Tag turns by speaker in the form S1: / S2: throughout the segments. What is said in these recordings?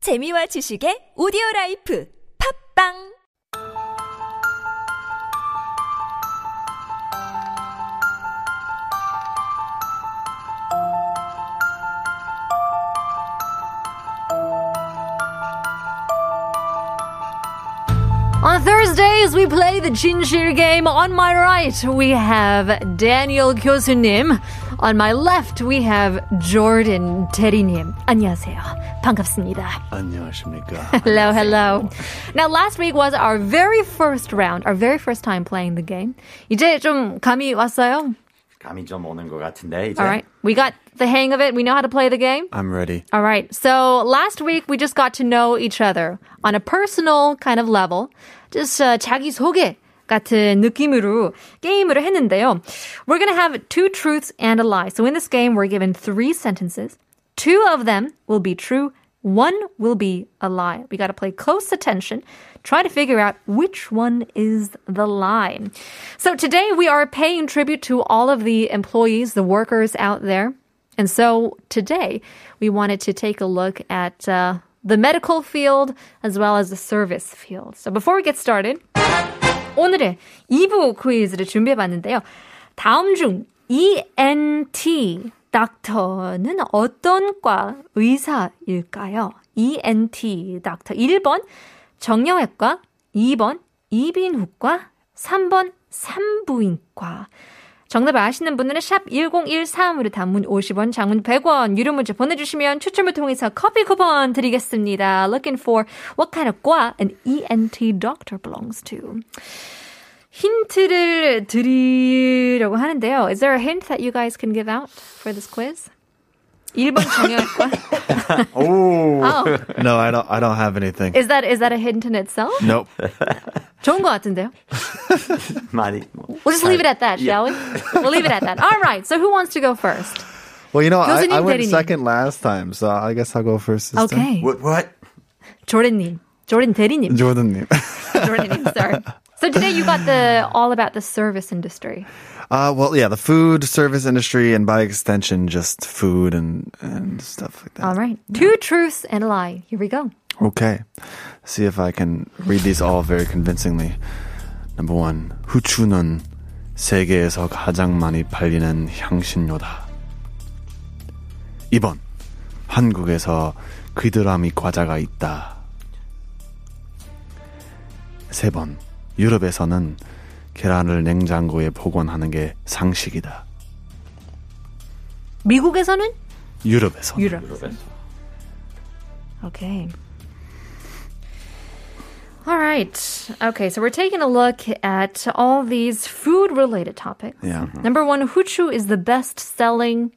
S1: 재미와 지식의 오디오 라이프 팝빵
S2: On Thursdays, we play the Chinchir game. On my right, we have Daniel 교수님. On my left, we have Jordan 테리님. 안녕하세요. 반갑습니다.
S3: 안녕하십니까.
S2: Hello, hello. Now, last week was our very first round, our very first time playing the game. 이제 좀 감이 왔어요?
S3: 감이 좀 오는 것 같은데 이제.
S2: All right. We got the hang of it. We know how to play the game.
S3: I'm ready.
S2: All right. So last week we just got to know each other on a personal kind of level. Just uh, 자기 소개 같은 느낌으로 게임을 했는데요. We're gonna have two truths and a lie. So in this game, we're given three sentences. Two of them will be true. One will be a lie. We got to play close attention, try to figure out which one is the lie. So today we are paying tribute to all of the employees, the workers out there. And so today we wanted to take a look at uh, the medical field as well as the service field. So before we get started, 오늘의 2부 퀴즈를 준비해봤는데요. 다음 중 ENT 닥터는 어떤 과 의사일까요? ENT 닥터 1번 정형외과, 2번 이비인후과, 3번 산부인과. 정답 아시는 분은 샵 1013으로 단문 50원, 장문 100원, 유료 문자 보내주시면 추첨을 통해서 커피 쿠폰 드리겠습니다. Looking for what kind of 과 an ENT doctor belongs to. 힌트를 드리려고 하는데요. Is there a hint that you guys can give out for this quiz? 1번 정형외과.
S3: 오.
S2: oh,
S4: No, I don't. I don't have anything.
S2: is that is that a hint in itself?
S4: nope.
S2: 좋은 것 같은데요.
S3: 많이 뭐.
S2: We'll just leave it at that, shall we? We'll leave it at that. All right. So who wants to go first?
S4: Well, you know, I,
S2: 교수님,
S4: I went
S2: 대리님.
S4: second last time, so I guess I'll go first this time.
S2: Okay.
S3: What what?
S2: 조렌님, 조렌 대리님,
S4: Jordan.
S2: 조렌님, sorry. So today you got the all about the service industry.
S4: uh, well, yeah, the food service industry, and by extension, just food and and stuff like that.
S2: All right, two truths and a lie. Here we go.
S4: Okay. See if I can read these all very convincingly. Number one, 후추는 세계에서 가장 많이 팔리는 향신료다. 2번, 한국에서 귀드라미 과자가 있다. 3번, 유럽에서는 계란을 냉장고에 보관하는 게 상식이다.
S2: 미국에서는
S4: 유럽에서
S2: 유럽. Okay. All right. Okay, so we're taking a look at all these food-related topics.
S4: Yeah. Mm-hmm.
S2: Number one, huchu is the best-selling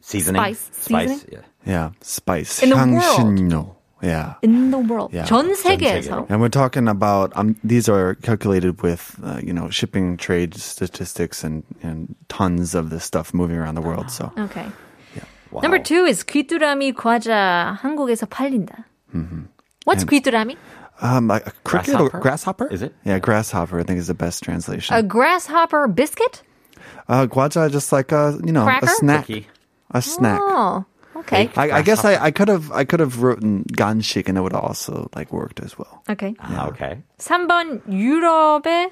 S3: Seasoning.
S2: Spice.
S3: Spice.
S2: Seasoning?
S3: Yeah.
S4: Yeah, spice.
S2: In the world.
S4: 향신료. Yeah.
S2: in the world.
S4: Yeah,
S2: 전
S3: 전
S2: 세계에서.
S4: And we're talking about um, these are calculated with uh, you know shipping trade statistics and and tons of this stuff moving around the world. So
S2: Okay.
S3: Wow.
S2: Number two is 귀뚜라미 과자 한국에서 팔린다. What's 귀뚜라미?
S4: um, a cricket or
S3: Grasshopper?
S4: grasshopper
S3: Is it?
S4: Yeah, grasshopper. I think is the best
S2: A Uh,
S4: translation.
S2: grasshopper biscuit?
S4: uh, guaja, just like a you know
S2: Cracker?
S4: a snack,
S3: Cookie.
S4: a snack.
S2: Oh, okay.
S4: I, I guess I, I could have I could have written ganshik and it would also like worked as well.
S2: Okay.
S3: Ah, okay.
S2: 3번 유럽의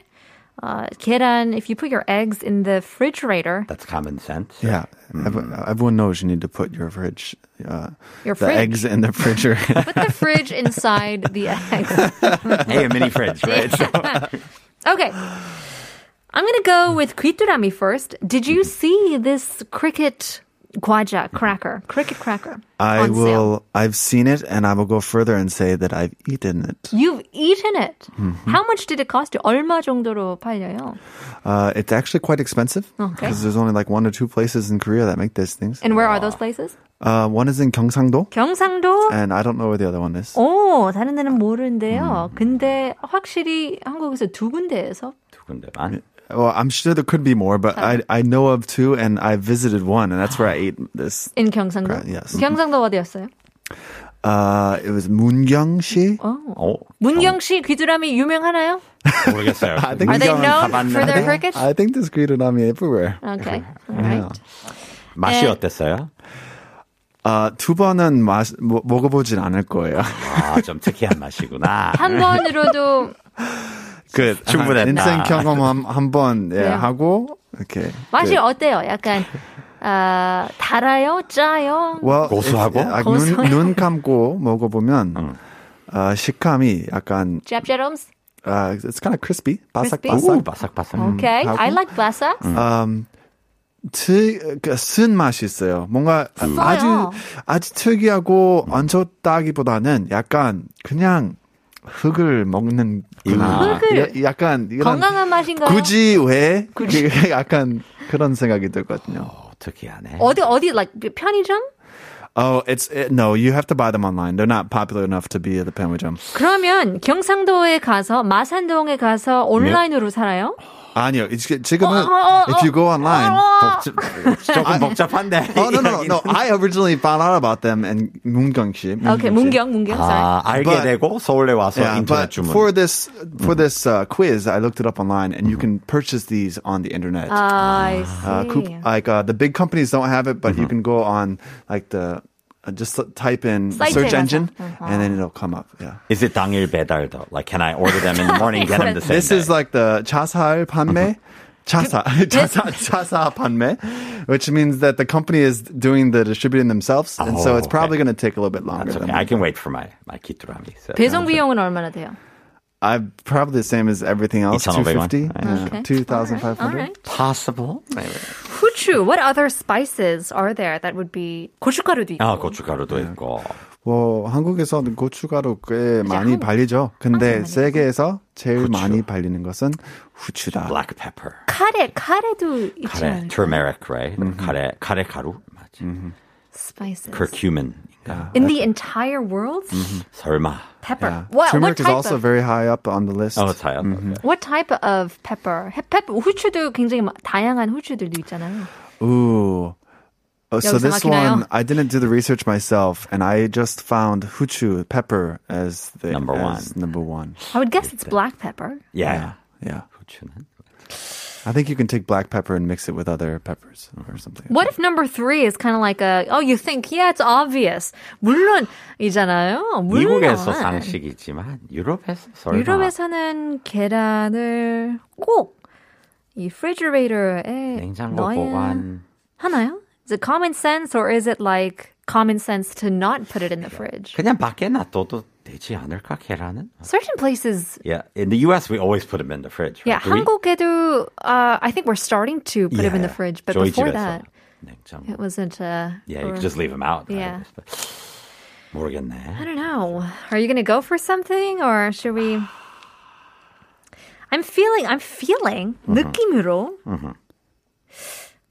S2: 어, 계란 if you put your eggs in the refrigerator
S3: That's common sense.
S4: Yeah, Ev-
S3: Mm.
S4: everyone knows you need to put your fridge, uh,
S2: Your
S4: the
S2: fridge.
S4: eggs in the fridge.
S2: put the fridge inside the eggs.
S3: Hey, a mini fridge, right? So,
S2: Okay. I'm going to go with 귀뚜라미 first. Did you see this cricket 과자 cracker? Cricket cracker.
S4: I
S2: on sale?
S4: will. I've seen it, and I will go further and say that I've eaten it.
S2: You've eaten it.
S3: Mm-hmm.
S2: How much did it cost you? 얼마 정도로 팔려요?
S4: Uh, it's actually quite expensive
S2: Okay.
S4: because there's only like one or two places in Korea that make these things.
S2: And where are those places?
S4: Uh, one is in Gyeongsangdo,
S2: 경상도.
S4: and I don't know where the other one is.
S2: 오, 다른 데는 모르는데요. 근데 확실히 한국에서 두 군데에서
S3: 두근데만.
S4: Well, I'm sure there could be more, but I I know of two, and I visited one, and that's where I ate this.
S2: in 경상도.
S4: Right, yes.
S2: 경상도 어디였어요?
S4: Uh, it was Mungyangshi.
S3: oh.
S2: 문경 씨 귀뚜라미 유명하나요?
S3: 모르겠어요.
S4: I think
S2: Are they
S4: Mungyang-
S2: known for their
S3: 가봤는데.
S2: crickets?
S4: I think there's green on me everywhere.
S2: Okay. All right.
S3: 맛이
S2: 네.
S3: 어땠어요?
S4: 아, Uh, 두 번은 마시, 뭐, 먹어보진 않을 거예요.
S3: 아, 좀 특이한 맛이구나.
S2: 한 번으로도
S4: 그
S3: 충분했다.
S4: 인생 경험 한번 예,
S2: 네.
S4: 하고 이렇게
S2: 맛이
S4: 그,
S2: 어때요? 약간 아 달아요, 짜요.
S4: well,
S3: 고소하고?
S4: 아, 눈, 눈 감고 먹어보면 아, 식감이 약간
S2: 짭짤함스.
S4: 아, it's kind of crispy
S2: Crispy?
S3: 오,
S4: 바삭바삭.
S3: 바삭바삭.
S2: Okay,
S4: 하고.
S2: I like 바삭.
S4: 음, 트, 그, 쓴 맛이 있어요. 뭔가
S2: 음.
S4: 아주 아주 특이하고 얹었다기보다는 약간 그냥 흙을 먹는 그
S3: 아.
S2: 흙을?
S4: 야- 약간 이런
S2: 건강한 맛인가요?
S4: 굳이 왜 그 약간 그런 생각이 들거든요.
S3: 오, 특이하네.
S2: 어디 어디 like 편의점?
S4: Oh, it's it, no. You have to buy them online. They're not popular enough to be at the 편의점.
S2: 그러면 경상도에 가서 마산동에 가서 온라인으로 살아요?
S4: 아니요, 이게 지금은
S2: 어, 어, 어,
S4: if you go online.
S3: 복잡- 조금 복잡한데.
S4: Oh no no no! no. I originally found out about them in 문경 씨.
S2: Okay, 문경 문경. sorry.
S3: 아, 알게
S4: But-
S3: 되고 서울에 와서
S4: Yeah,
S3: 인터넷
S4: but
S3: 주문.
S4: for this for this uh, quiz, I looked it up online, and you can purchase these on the internet.
S2: 아, Ah, I
S4: Uh, coup-
S2: see.
S4: like uh, the big companies don't have it, but you
S3: Mm-hmm.
S4: can go on like the uh, just type in
S2: Site Uh-huh.
S4: search
S2: 맞아.
S4: engine, and then it'll come up. Yeah.
S3: Is it 당일 배달 though? Like, can I order them in the morning, get them the same
S4: This is
S3: day?
S4: like the chasal panme.
S3: Mm-hmm.
S4: Chasa, chasa, chasa panme, which means that the company is doing the distributing themselves, and
S3: Oh,
S4: so it's probably
S3: okay.
S4: going to take a little bit longer.
S3: That's okay.
S4: Than
S3: I can wait for my my kiturami. So.
S2: 배송 비용은 얼마나 돼요?
S4: I probably the same as everything else. Two
S3: 2,500.
S4: fifty,
S2: Okay.
S4: two thousand five hundred.
S2: Alright.
S3: Possible. Maybe.
S2: 후추. What other spices are there that would be 고춧가루도 있고.
S3: 아, 고춧가루도 있고.
S4: 뭐 한국에서는 고춧가루 꽤 많이
S2: 한국-
S4: 발리죠. 근데
S2: 한국에
S4: 세계에서 제일 많이 발리는 것은 후추다.
S3: Black pepper.
S2: 카레 카레도 있지
S3: 카레,
S2: 않을까?
S3: turmeric, right? 카레, 카레 가루. 맞지.
S2: Spices.
S3: curcumin.
S2: In the entire world,
S3: Mm-hmm. 설마.
S2: pepper.
S4: Yeah.
S2: What, what
S4: Turmeric is
S2: type
S4: also
S2: of
S4: very high up on the list.
S3: 어, 사요.
S2: What type of pepper? 해- 페퍼 후추도 굉장히 마- 다양한 후추들도 있잖아요.
S4: Ooh. Oh, so
S2: 여기서
S4: this
S2: 막히나요?
S4: one, I didn't do the research myself, and I just found huchu pepper as the
S3: Number
S4: as Number one.
S2: I would guess it's black pepper.
S4: 네.
S3: Yeah.
S4: Yeah,
S3: 후추는?
S4: I think you can take black pepper and mix it with other peppers or something.
S2: What if number three is kind of like a oh you think yeah it's obvious 물론이잖아요. 물론
S3: 미국에서 상식이지만 유럽에서 설마.
S2: 유럽에서는 계란을 꼭 이 refrigerator에
S3: 냉장고
S2: 넣어야
S3: 보관.
S2: 하나요? Is it common sense or is it like common sense to not put it in the fridge?
S3: 그냥 밖에 놔둬도 되지 않을까 계란은?
S2: Certain places
S3: Yeah, in the U.S. we always put them in the fridge.
S2: Yeah,
S3: Right? Do we?
S2: 한국에도 uh, I think we're starting to put it in the
S3: Yeah.
S2: fridge, but
S3: 저희
S2: before
S3: 집에서
S2: that,
S3: 냉장고.
S2: it wasn't. Uh,
S3: Yeah, you
S2: or-
S3: could just leave them out. right?
S2: Yeah.
S3: But 모르겠네.
S2: I don't know. Are you gonna go for something, or should we? I'm feeling. I'm feeling
S3: Mm-hmm.
S2: 느낌으로.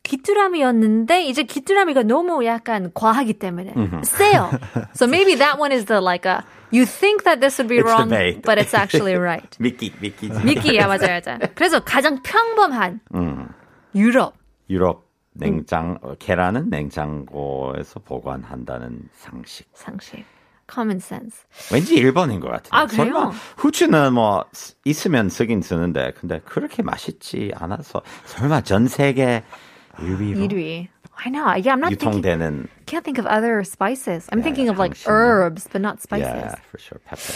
S2: 귀뚜라미였는데 이제 귀뚜라미가 너무 약간 과하기 때문에
S3: Mm-hmm.
S2: 세요. So maybe that one is the like a you think that this would be
S3: It's
S2: wrong,
S3: debate.
S2: but it's actually right.
S3: 미끼, 미끼.
S2: 미끼야 맞아요, 맞아요. 그래서 가장 평범한
S3: Mm.
S2: 유럽.
S3: 유럽 냉장 어, 계란은 냉장고에서 보관한다는 상식.
S2: 상식. common sense.
S3: 왠지 일본인 것 같은데.
S2: 아, 그래요?
S3: 설마 후추는 뭐 쓰- 있으면 쓰긴 쓰는데 근데 그렇게 맛있지 않아서 설마 전 세계 1위로
S2: 1위. I know. Yeah, I'm not thinking.
S3: 아, 유통되는 예,
S2: Can't think of other spices. I'm thinking of like
S3: 당신은-
S2: herbs, but not spices.
S3: yeah, for sure pepper.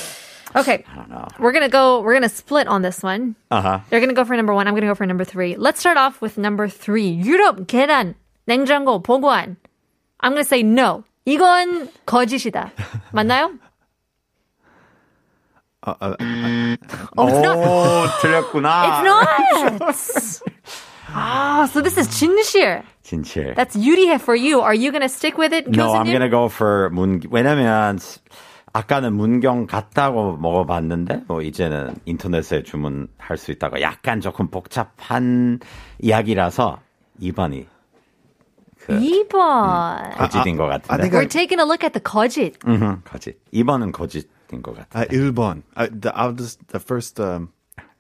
S2: Okay.
S3: I don't know.
S2: We're going to go we're going to split on this one.
S3: Uh-huh.
S2: You're going to go for number 1. I'm going to go for number 3. Let's start off with number 3. 유럽 계란 냉장고 보관. I'm going to say no. 이건 거짓이다. 맞나요?
S3: 오, 틀렸구나.
S2: Oh, It's not. Ah, so this is 진실.
S3: 진실.
S2: That's 유리해 for you. Are you going to stick with it?
S3: No, I'm
S2: 교수님?
S3: gonna go for 문. 왜냐면 s- 아까는 문경 갔다고 먹어봤는데 뭐 이제는 인터넷에 주문할 수 있다고 약간 조금 복잡한 이야기라서 2번이
S2: 2번.
S3: 거짓인 것
S4: I
S3: 같은데.
S4: think
S2: We're
S4: I,
S2: taking a look at the 거짓.
S3: 음, 거짓. 2번은 거짓인 것 같아.
S4: I 일본. I, Uh, the, I'll just the first. Um,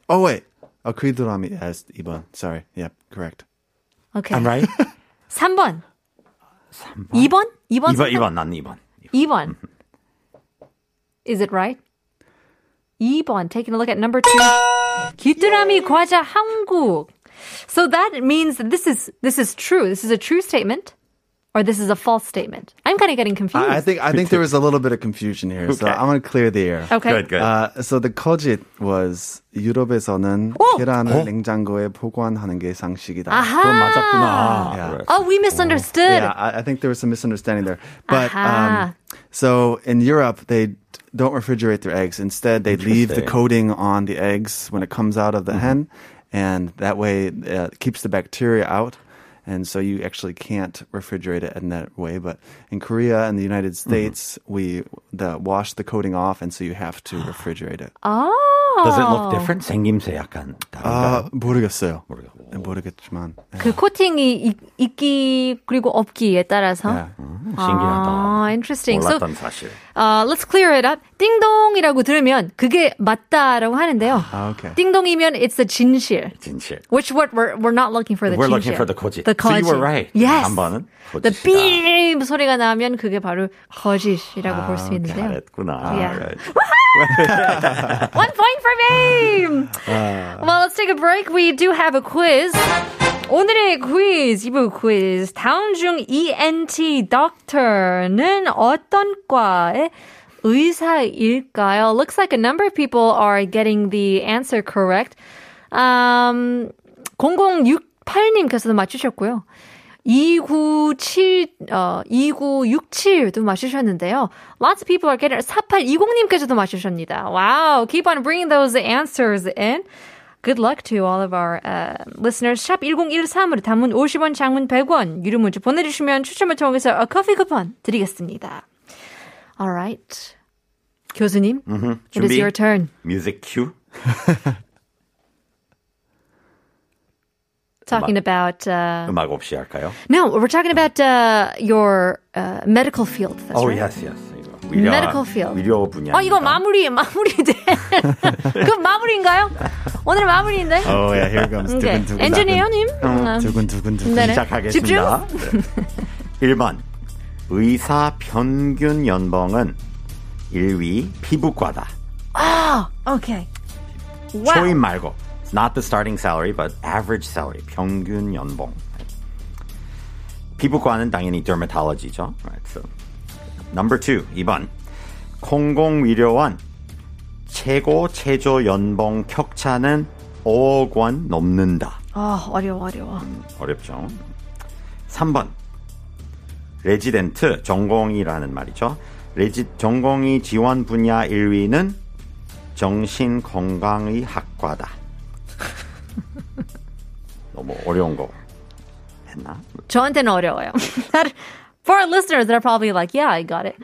S4: oh wait, akridurami as ibon. Sorry. Yep, correct.
S2: Okay.
S3: I'm right.
S2: 3번. 2번? 2번?
S3: 2번, 2번, 난 2번.
S2: 2번.
S3: Mm-hmm.
S2: Is it right? 2번. Taking a look at number 2. 귀뚜라미 과자 한국. So that means that this is this is true. This is a true statement. or this is a false statement? I'm kind of getting confused.
S4: I, I think I think there was a little bit of confusion here, so
S3: Okay.
S4: I want to clear the air.
S2: okay.
S3: Good, good.
S4: Uh, so the 거짓 was 유럽에서는
S2: 오!
S4: 계란을
S3: Oh.
S4: 냉장고에 보관하는 게
S3: 그건
S4: 상식이다.
S2: Aha.
S3: 맞았구나.
S4: 야.
S3: 그래.
S2: Oh, we misunderstood.
S4: Yeah, I, I think there was some misunderstanding there. But
S2: Aha.
S4: um, so in Europe, they d- don't refrigerate their eggs. Instead, they leave the
S3: Interesting.
S4: coating on the eggs when it comes out of the hen, and that way uh, it keeps the bacteria out. And so you actually can't refrigerate it in that way. But in Korea and the United States, we the, wash the coating off, and so you have to refrigerate it.
S2: Oh.
S3: Does it look different? 생김새 약간 다른가?
S4: 아, Uh, 모르겠어요.
S3: 모르겠고.
S4: 모르겠지만.
S2: 그 코팅이 있- 있기 그리고 없기에 따라서.
S4: Yeah.
S3: 음, 신기하다.
S2: 아, interesting. So,
S3: 몰랐던 사실.
S2: uh, let's clear it up. 띵동이라고 들으면 그게 맞다라고 하는데요.
S4: 아, okay.
S2: 띵동이면 it's a 진실.
S3: 진실.
S2: Which word we're, we're not looking for the
S3: We're
S2: 진실.
S3: looking for the 거짓.
S2: The
S3: So you were
S2: 거짓.
S3: right.
S2: Yes.
S3: 한 번은
S2: The
S3: 거짓이다.
S2: beep 소리가 나면 그게 바로 거짓이라고 볼
S3: 아,
S2: 수 있는데요.
S3: 잘했구나.
S2: Yeah.
S3: Right.
S2: One point for me. well, let's take a break. We do have a quiz. 오늘의 quiz, 이부 quiz. 다음 중 ENT doctor는 어떤 과의 의사일까요? Looks like a number of people are getting the answer correct. Um, 0068님께서도 맞추셨고요. 2967, 어, 2967도 맞추셨는데요. Lots of people are getting, 4820님께서도 맞추셨습니다. Wow, keep on bringing those answers in. Good luck to all of our uh, listeners. 샵 1013으로 단문 50원, 장문 100원, 유료 문자 보내주시면 추첨을 통해서 a 커피 쿠폰 드리겠습니다. Alright. 교수님, it is
S3: 준비.
S2: your turn.
S3: Music cue.
S2: Talking about, uh,
S3: 음악 없이 할까요?
S2: no, we're talking about uh, your uh, medical field. That's
S3: Oh
S2: right.
S3: yes, yes. 이거. 의료,
S2: Medical field.
S3: 의료 분야.
S2: 어, Oh, 이거 마무리, 마무리돼. 그 마무리인가요? 오늘 마무리인데?
S4: Oh yeah, here it comes.
S2: 오케이.
S4: 두근두근.
S2: 엔지니어님? 음,
S4: 두근두근두근.
S2: 네네.
S3: 시작하겠습니다. 네. 1번 의사 평균 연봉은 1위 피부과다.
S2: 오케이.
S3: 초임 말고 not the starting salary but average salary 평균 연봉. 피부과는 당연히 dermatology죠. Right, so. Number 2 2번 공공의료원 최고 최저 연봉 격차는 5억 원 넘는다.
S2: 아, 어려워, 어려워.
S3: 어렵죠. 3번. 레지던트 전공이라는 말이죠. 레지 전공이 지원 분야 1위는 정신건강의학과다. 너무 어려운 거 했나?
S2: 저한테는 어려워요. That- for our listeners, they're probably like, yeah, I got it.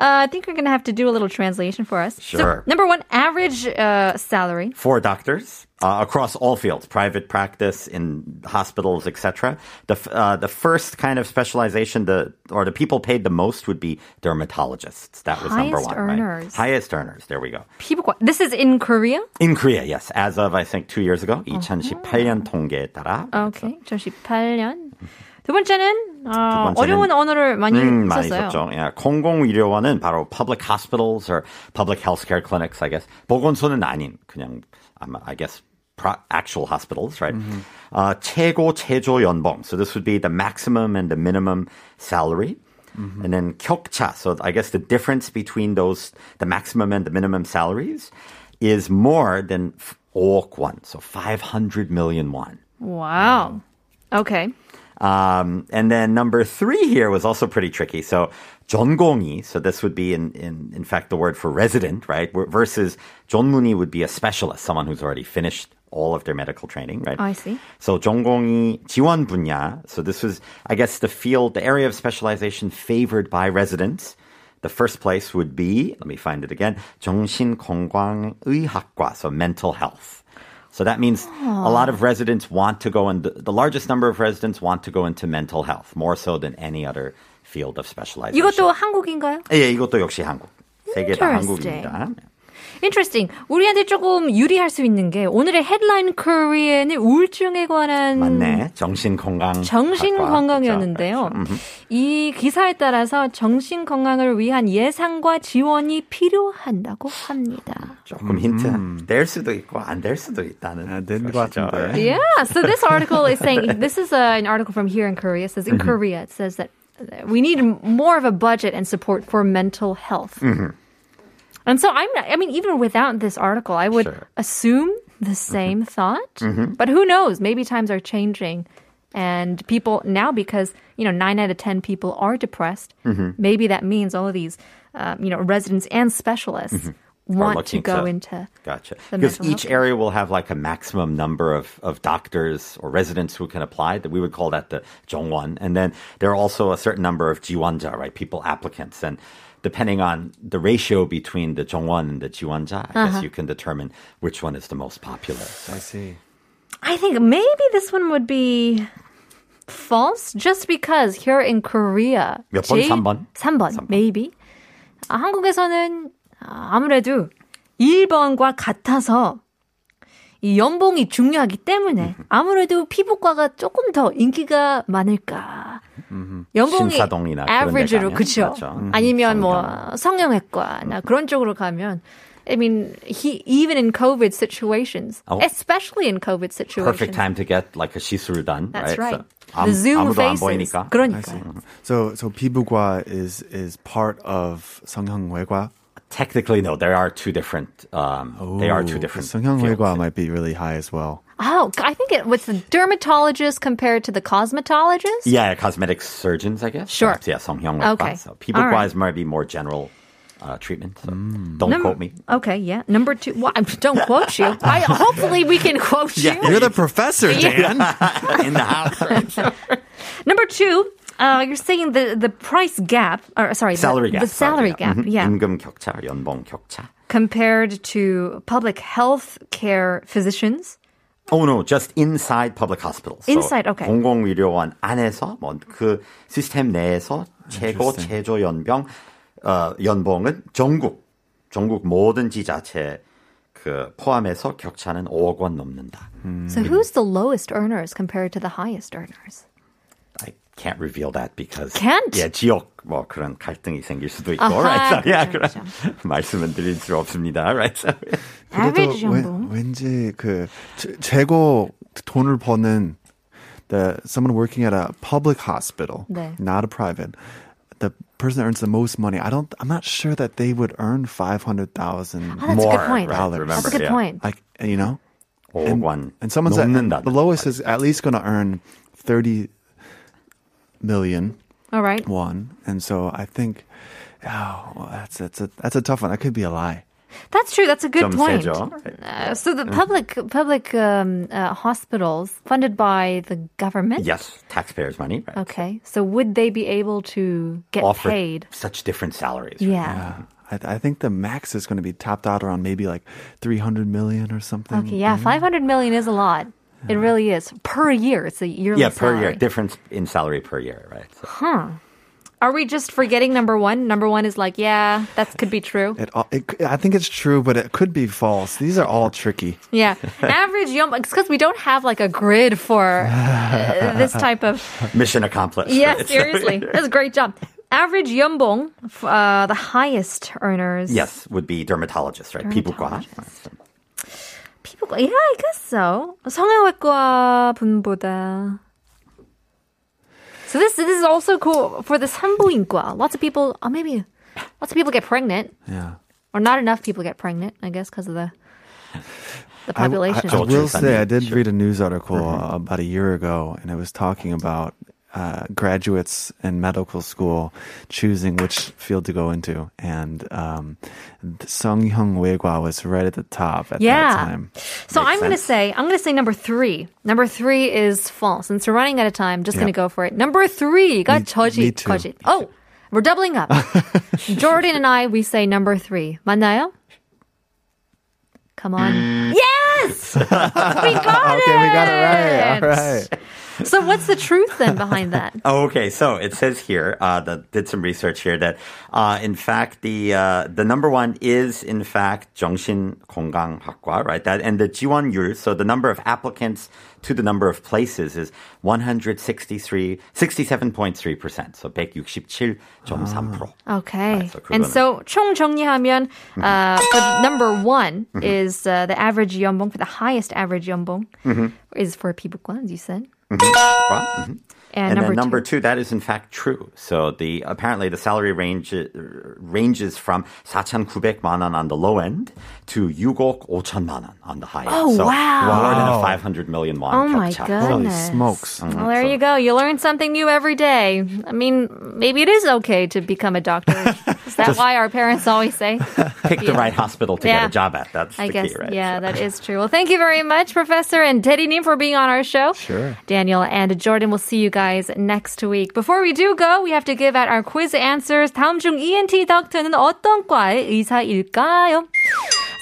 S2: Uh, I think you're going to have to do a little translation for us. So,
S3: Sure.
S2: number one, average uh, salary.
S3: for doctors uh, across all fields, private practice, in hospitals, etc. The f- uh, the first kind of specialization, the or the people paid the most would be dermatologists. That was number
S2: Highest
S3: one. Right?
S2: earners.
S3: Highest earners. There we go.
S2: 피부과. This is in Korea?
S3: In Korea, yes, as of I think two years ago, 2018년 통계에 따라
S2: Okay. 2018년. 두 번째는, 어,
S3: 번째는-
S2: 어려운 언어를 많이
S3: 음, 많이
S2: 썼어요.
S3: 썼죠. 예, 공공의료원은 바로 public hospitals or public healthcare clinics, I guess. 보건소는 아닌 그냥 아마 I guess pro- actual hospitals, right? 아, 최고 최저 연봉. So this would be the maximum and the minimum salary. And then 격차. So I guess the difference between those the maximum and the minimum salaries is more than 5억 won. So 500 million won.
S2: Wow. Okay.
S3: Um, and then number three here was also pretty tricky. So 전공이, so this would be in, in, in fact the word for resident, right? Where- Versus 전문이 would be a specialist, someone who's already finished all of their medical training, right?
S2: Oh, I see.
S3: So 전공이 지원 분야. So this was, I guess, the field, the area of specialization favored by residents. The first place would be, let me find it again, 정신건강의학과, so mental health. So that means a
S2: Ah.
S3: lot of residents want to go and the largest number of residents want to go into mental health more so than any other field of specialization.
S2: 이것도 한국인가요?
S3: 예, 이것도 역시 한국. 세계다
S2: Interesting.
S3: 한국입니다.
S2: Interesting. 우리한테 조금 유리할 수 있는 게 오늘의 헤드라인 코리안은 우울증에 관한
S3: 맞네. 정신 건강.
S2: 정신 건강이었는데요.
S3: 그렇죠.
S2: 이 기사에 따라서 정신 건강을 위한 예상과 지원이 필요하다고 합니다.
S3: 조금 힌트 될 수도 있고 안 될 수도 있다는
S4: 아, 된것
S3: 것이죠.
S4: 같은데.
S3: Mm-hmm.
S2: Yeah. So this article is saying this is uh, an article from here in Korea. It says in Korea it says that we need more of a budget and support for mental health.
S3: Mm-hmm.
S2: And so I'm not, I mean, even without this article, I would
S3: Sure. Mm-hmm.
S2: assume the same thought. But who knows? Maybe times are changing. And people now, because, you know, nine out of 10 people are depressed,
S3: Mm-hmm.
S2: maybe that means all of these, um, you know, residents and specialists
S3: Mm-hmm. Are
S2: want to
S3: looking
S2: go into.
S3: gotcha
S2: the
S3: because
S2: mental
S3: each
S2: health.
S3: area will have like a maximum number of, of doctors or residents who can apply that we would call that the Zhongwan and then there are also a certain number of Jiwanja right people applicants and depending on the ratio between the Zhongwan and the Jiwanja I
S2: Uh-huh.
S3: guess you can determine which one is the most popular
S4: I see.
S2: I think maybe this one would be false just because here in Korea
S3: 몇 번?
S2: 제일-
S3: 삼 번?
S2: 삼 번,
S3: 삼 번.
S2: maybe 아, 한국에서는 아, 아무래도 1번과 같아서 이 연봉이 중요하기 때문에 아무래도 피부과가 조금 더 인기가 많을까 연봉이
S3: 신사동이나 그런 데
S2: average로
S3: 가면?
S2: 그쵸
S3: 맞죠. 음.
S2: 아니면 뭐 성형외과나 그런 쪽으로 가면 I mean, he, even in COVID situations,
S3: 어.
S2: especially in COVID situations,
S3: perfect time to get like a 시술을 done
S2: That's right.
S3: So, 아무,
S2: the Zoom
S3: 아무도 안
S2: faces.
S3: 보이니까
S2: 그러니까.
S4: So so pibugwa is is part of 성형외과.
S3: technically no there are two different um, they are two
S4: Oh,
S3: different
S4: 성형외과
S3: fields.
S4: might be really high as well.
S2: Oh, I think it was the dermatologist compared to the cosmetologist.
S3: Yeah, cosmetic surgeons, I guess.
S2: Sure.
S3: Perhaps, Yeah, 성형외과.
S2: Okay.
S3: So people
S2: All right.
S3: wise might be more general uh, treatment. So don't
S2: Number-
S3: quote me.
S2: Okay, yeah. Number two. Well, I don't quote you. I, hopefully, we can quote you.
S4: You're the professor, Dan.
S3: In the house.
S2: Number two, uh, you're saying the, the price gap, or uh, sorry, the-
S3: Salary gap.
S2: The salary gap,
S3: Mhm.
S2: yeah.
S3: 임금 격차, 연봉 격차.
S2: Compared to public health care physicians.
S3: Oh no, just inside public hospitals.
S2: Inside, okay.
S3: 공공의료원 안에서 뭐그 시스템 내에서 최고 최저 연병 어, 연봉은 전국 전국 모든 지자체 그 포함해서 격차는 5억 원 넘는다.
S2: So, who's the lowest earners compared to the highest earners?
S3: I can't reveal that because
S2: Can't?
S3: 예, 지역 뭐 그런 갈등이 생길 수도 있고,
S2: 아하,
S3: right? So, yeah, 그런
S2: 그렇죠,
S3: 말씀은 드릴 수 없습니다, right? So,
S4: 그래도
S2: Average 연봉.
S4: 웬- 왠지 그 제- 최고 돈을 버는 the someone working at a public hospital,
S2: 네.
S4: not a private. The person that earns the most money, I don't. I'm not sure that they would earn five hundred thousand
S2: Oh, that's a good
S3: more
S2: point.
S3: dollars,
S2: That's a good
S3: remember, yeah.
S2: point.
S4: like you know
S3: and, 원
S4: and someone's at,
S3: 넘는다.
S4: the lowest is at least going to earn 30 million
S2: All right.
S4: won and so i think oh well, that's that's a that's a tough one that could be a lie
S2: That's true. That's a good
S3: 좀
S2: point.
S3: 세죠.
S2: Uh, so the public public um, uh, hospitals funded by the government.
S3: Yes, taxpayers' money. Right?
S2: Okay. So would they be able to get
S3: Offer
S2: paid?
S3: such different salaries. right?
S2: Yeah.
S4: I, I think the max is going to be topped out around maybe like 300 million or something
S2: Okay. Yeah.
S3: Mm-hmm.
S2: Five hundred million is a lot. It really is per year. It's a yearly.
S3: Yeah, per
S2: salary.
S3: year, difference in salary per year, right? So,
S2: Are we just forgetting number one? Number one is like, yeah, that could be true.
S4: it, all- it i think it's true but it could be false these are all tricky
S2: Yeah, average yum. Because we don't have like a grid for uh, this type of
S3: mission accomplished.
S2: Yeah,
S3: right? So-
S2: seriously. That's a great job. Average 연봉, f- uh, the highest earners.
S3: yes, would be dermatologists, right? 피부과.
S2: People, yeah, I guess so. 성형외과 분보다. So this this is also cool for the 산부인과. Lots of people, oh, maybe, lots of people get pregnant,
S4: yeah
S2: or not enough people get pregnant, I guess, because of the the
S4: I-
S2: population.
S4: I, I will
S3: Cultures, I
S4: say I
S3: mean,
S4: did
S3: sure.
S4: read a news article uh, about a year ago, and it was talking about uh, graduates in medical school choosing which field to go into, and um, 성형외과 was right at the top at
S2: Yeah.
S4: that time.
S2: So I'm going to say
S3: sense.
S2: I'm going to say number three. Number three is false. Since we're running out of time, I'm just going to go for it. Number three got
S4: me
S2: 거짓.
S4: too.
S2: 거짓. Oh, we're doubling up. Jordan and I we say number three. 맞나요? Come on. yes, we got it.
S4: Mm. Okay, we got it right. All right.
S2: So what's the truth then behind that?
S3: Oh, okay. So it says here uh, that did some research here that uh, in fact the uh, the number one is in fact 정신 건강 학과, right? That and the 지원율. So the number of applicants to the number of places is 163 67.3 percent. So 167.3
S2: Ah.
S3: percent.
S2: Okay.
S3: Right, so
S2: and
S3: 그거는-
S2: so 총 정리하면
S3: Mm-hmm.
S2: uh, for number one is uh, the average
S3: Mm-hmm.
S2: 연봉 for the highest average 연봉 is for 피부과, as you said. And,
S3: And,
S2: number,
S3: then number
S2: two.
S3: two. that is in fact true. So the apparently the salary range uh, ranges from 4,900만 won on the low end to 6억 5천만 won on the high end.
S2: Oh,
S3: so
S2: wow.
S3: More than a 500 million won.
S2: Oh, my
S3: 격차.
S2: God.
S4: Holy
S2: Goodness.
S4: smokes.
S2: Well, there you go. You learn something new every day. I mean, maybe it is okay to become a doctor. Is that why our parents always say?
S3: So pick the right hospital to
S2: Yeah.
S3: get a job at. That's
S2: I
S3: the
S2: guess.
S3: key, right?
S2: Yeah, that is true. Well, thank you very much, Professor and Teddy Nim, for being on our show.
S4: Sure.
S2: Daniel and Jordan, we'll see you guys next week. Before we do go, we have to give out our quiz answers. 다음 중 E ENT 닥터는 어떤 과의 의사일까요?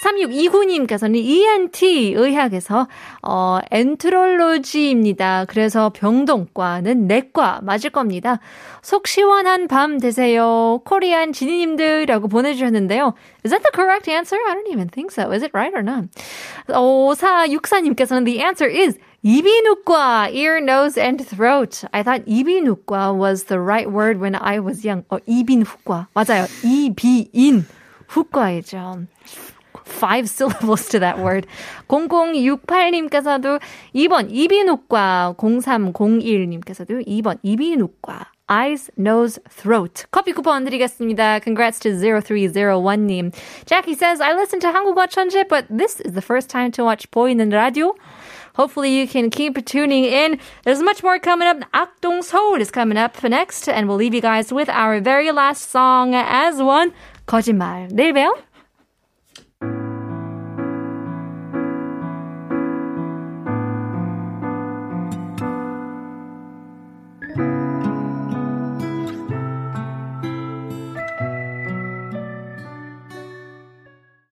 S2: 3629님께서는 ENT 의학에서 어, 엔트롤로지입니다. 그래서 병동과는 내과 맞을 겁니다. 속 시원한 밤 되세요. 코리안 지니님들이라고 보내주셨는데요. Is that the correct answer? I don't even think so. Is it right or not? 5464님께서는 the answer is 이비인후과, ear, nose, and throat. I thought 이비인후과 was the right word when I was young. 어, 이비인후과. 맞아요. 이비인후과이죠. five syllables to that word. 0068님께서도 2번 이비인후과, 0301님께서도 2번 이비인후과. Eyes, nose, throat. 커피 쿠폰 드리겠습니다. Congrats to 0301님. Jackie says, I listen to 한국어 천재, but this is the first time to watch 보이는 라디오. Hopefully you can keep tuning in. There's much more coming up. Akdong Seoul is coming up next, and we'll leave you guys with our very last song as one. 거짓말. 내일 봬요.